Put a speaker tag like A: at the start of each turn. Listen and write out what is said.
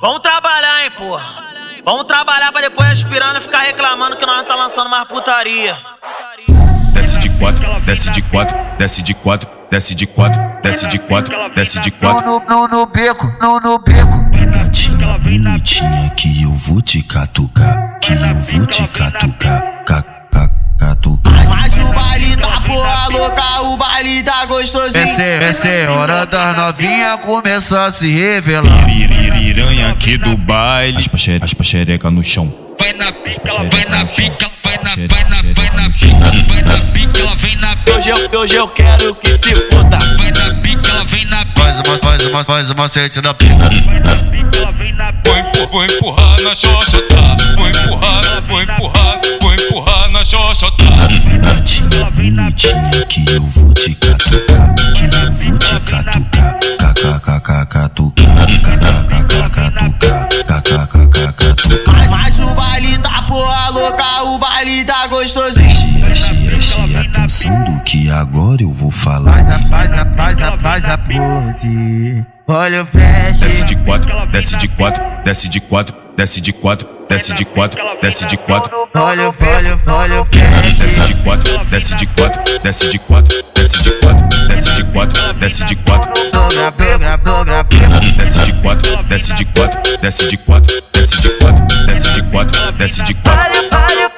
A: Vamos trabalhar, hein, porra. Vamos trabalhar pra depois aspirando e ficar reclamando que nós não tá lançando mais putaria.
B: desce de 4, desce de 4, desce de 4, desce de 4, desce de 4, desce de 4.
C: No, no, no beco, no, no beco.
D: Renatinha bonitinha que eu vou te catucar, que eu vou te catucar, ca, ca, catucar.
E: Mas o baile tá porra louca, o baile tá gostosinho.
C: Esse, esse é hora das novinha começar a se revelar.
B: Piranha aqui do baile. Aspa xere- aspa xereca no chão.
F: vai na pica, ela vai na pica, vai na, vai na, vai na pica, vai na pica, ela vem na pica. Hoje eu, hoje eu quero que se foda. Vai na pica, ela vem na pica,
C: Faz uma, faz uma, faz uma macete da pica.
F: vou, empu- vou empurrar na xoxota. Vou empurrar, vou empurrar, vou empurrar na xoxota.
D: Renatinha bonitinha que eu vou te catucar, que eu vou te catucar, ca, ca, ca, ca, catucar, ca, ca, ca, ca, catucar, ca, ca, ca, ca, catucar.
E: Mas o baile tá porra louca, o baile tá gostosinho.
D: Preste, preste, preste atenção do que agora eu vou falar.
C: Olha o flash.
B: Desce de 4, desce de 4, desce de 4, desce de 4, desce de 4, desce de 4.
C: Olha o, olha o, olha o flash.
B: Desce de 4, desce de 4, desce de 4, desce de 4, desce de 4, desce de 4.
C: Dobra, dobra, dobra, dobra.
B: Desce de 4, desce de 4, desce de 4, desce de 4, desce de 4, desce de 4.
G: Olha, olha,
A: tá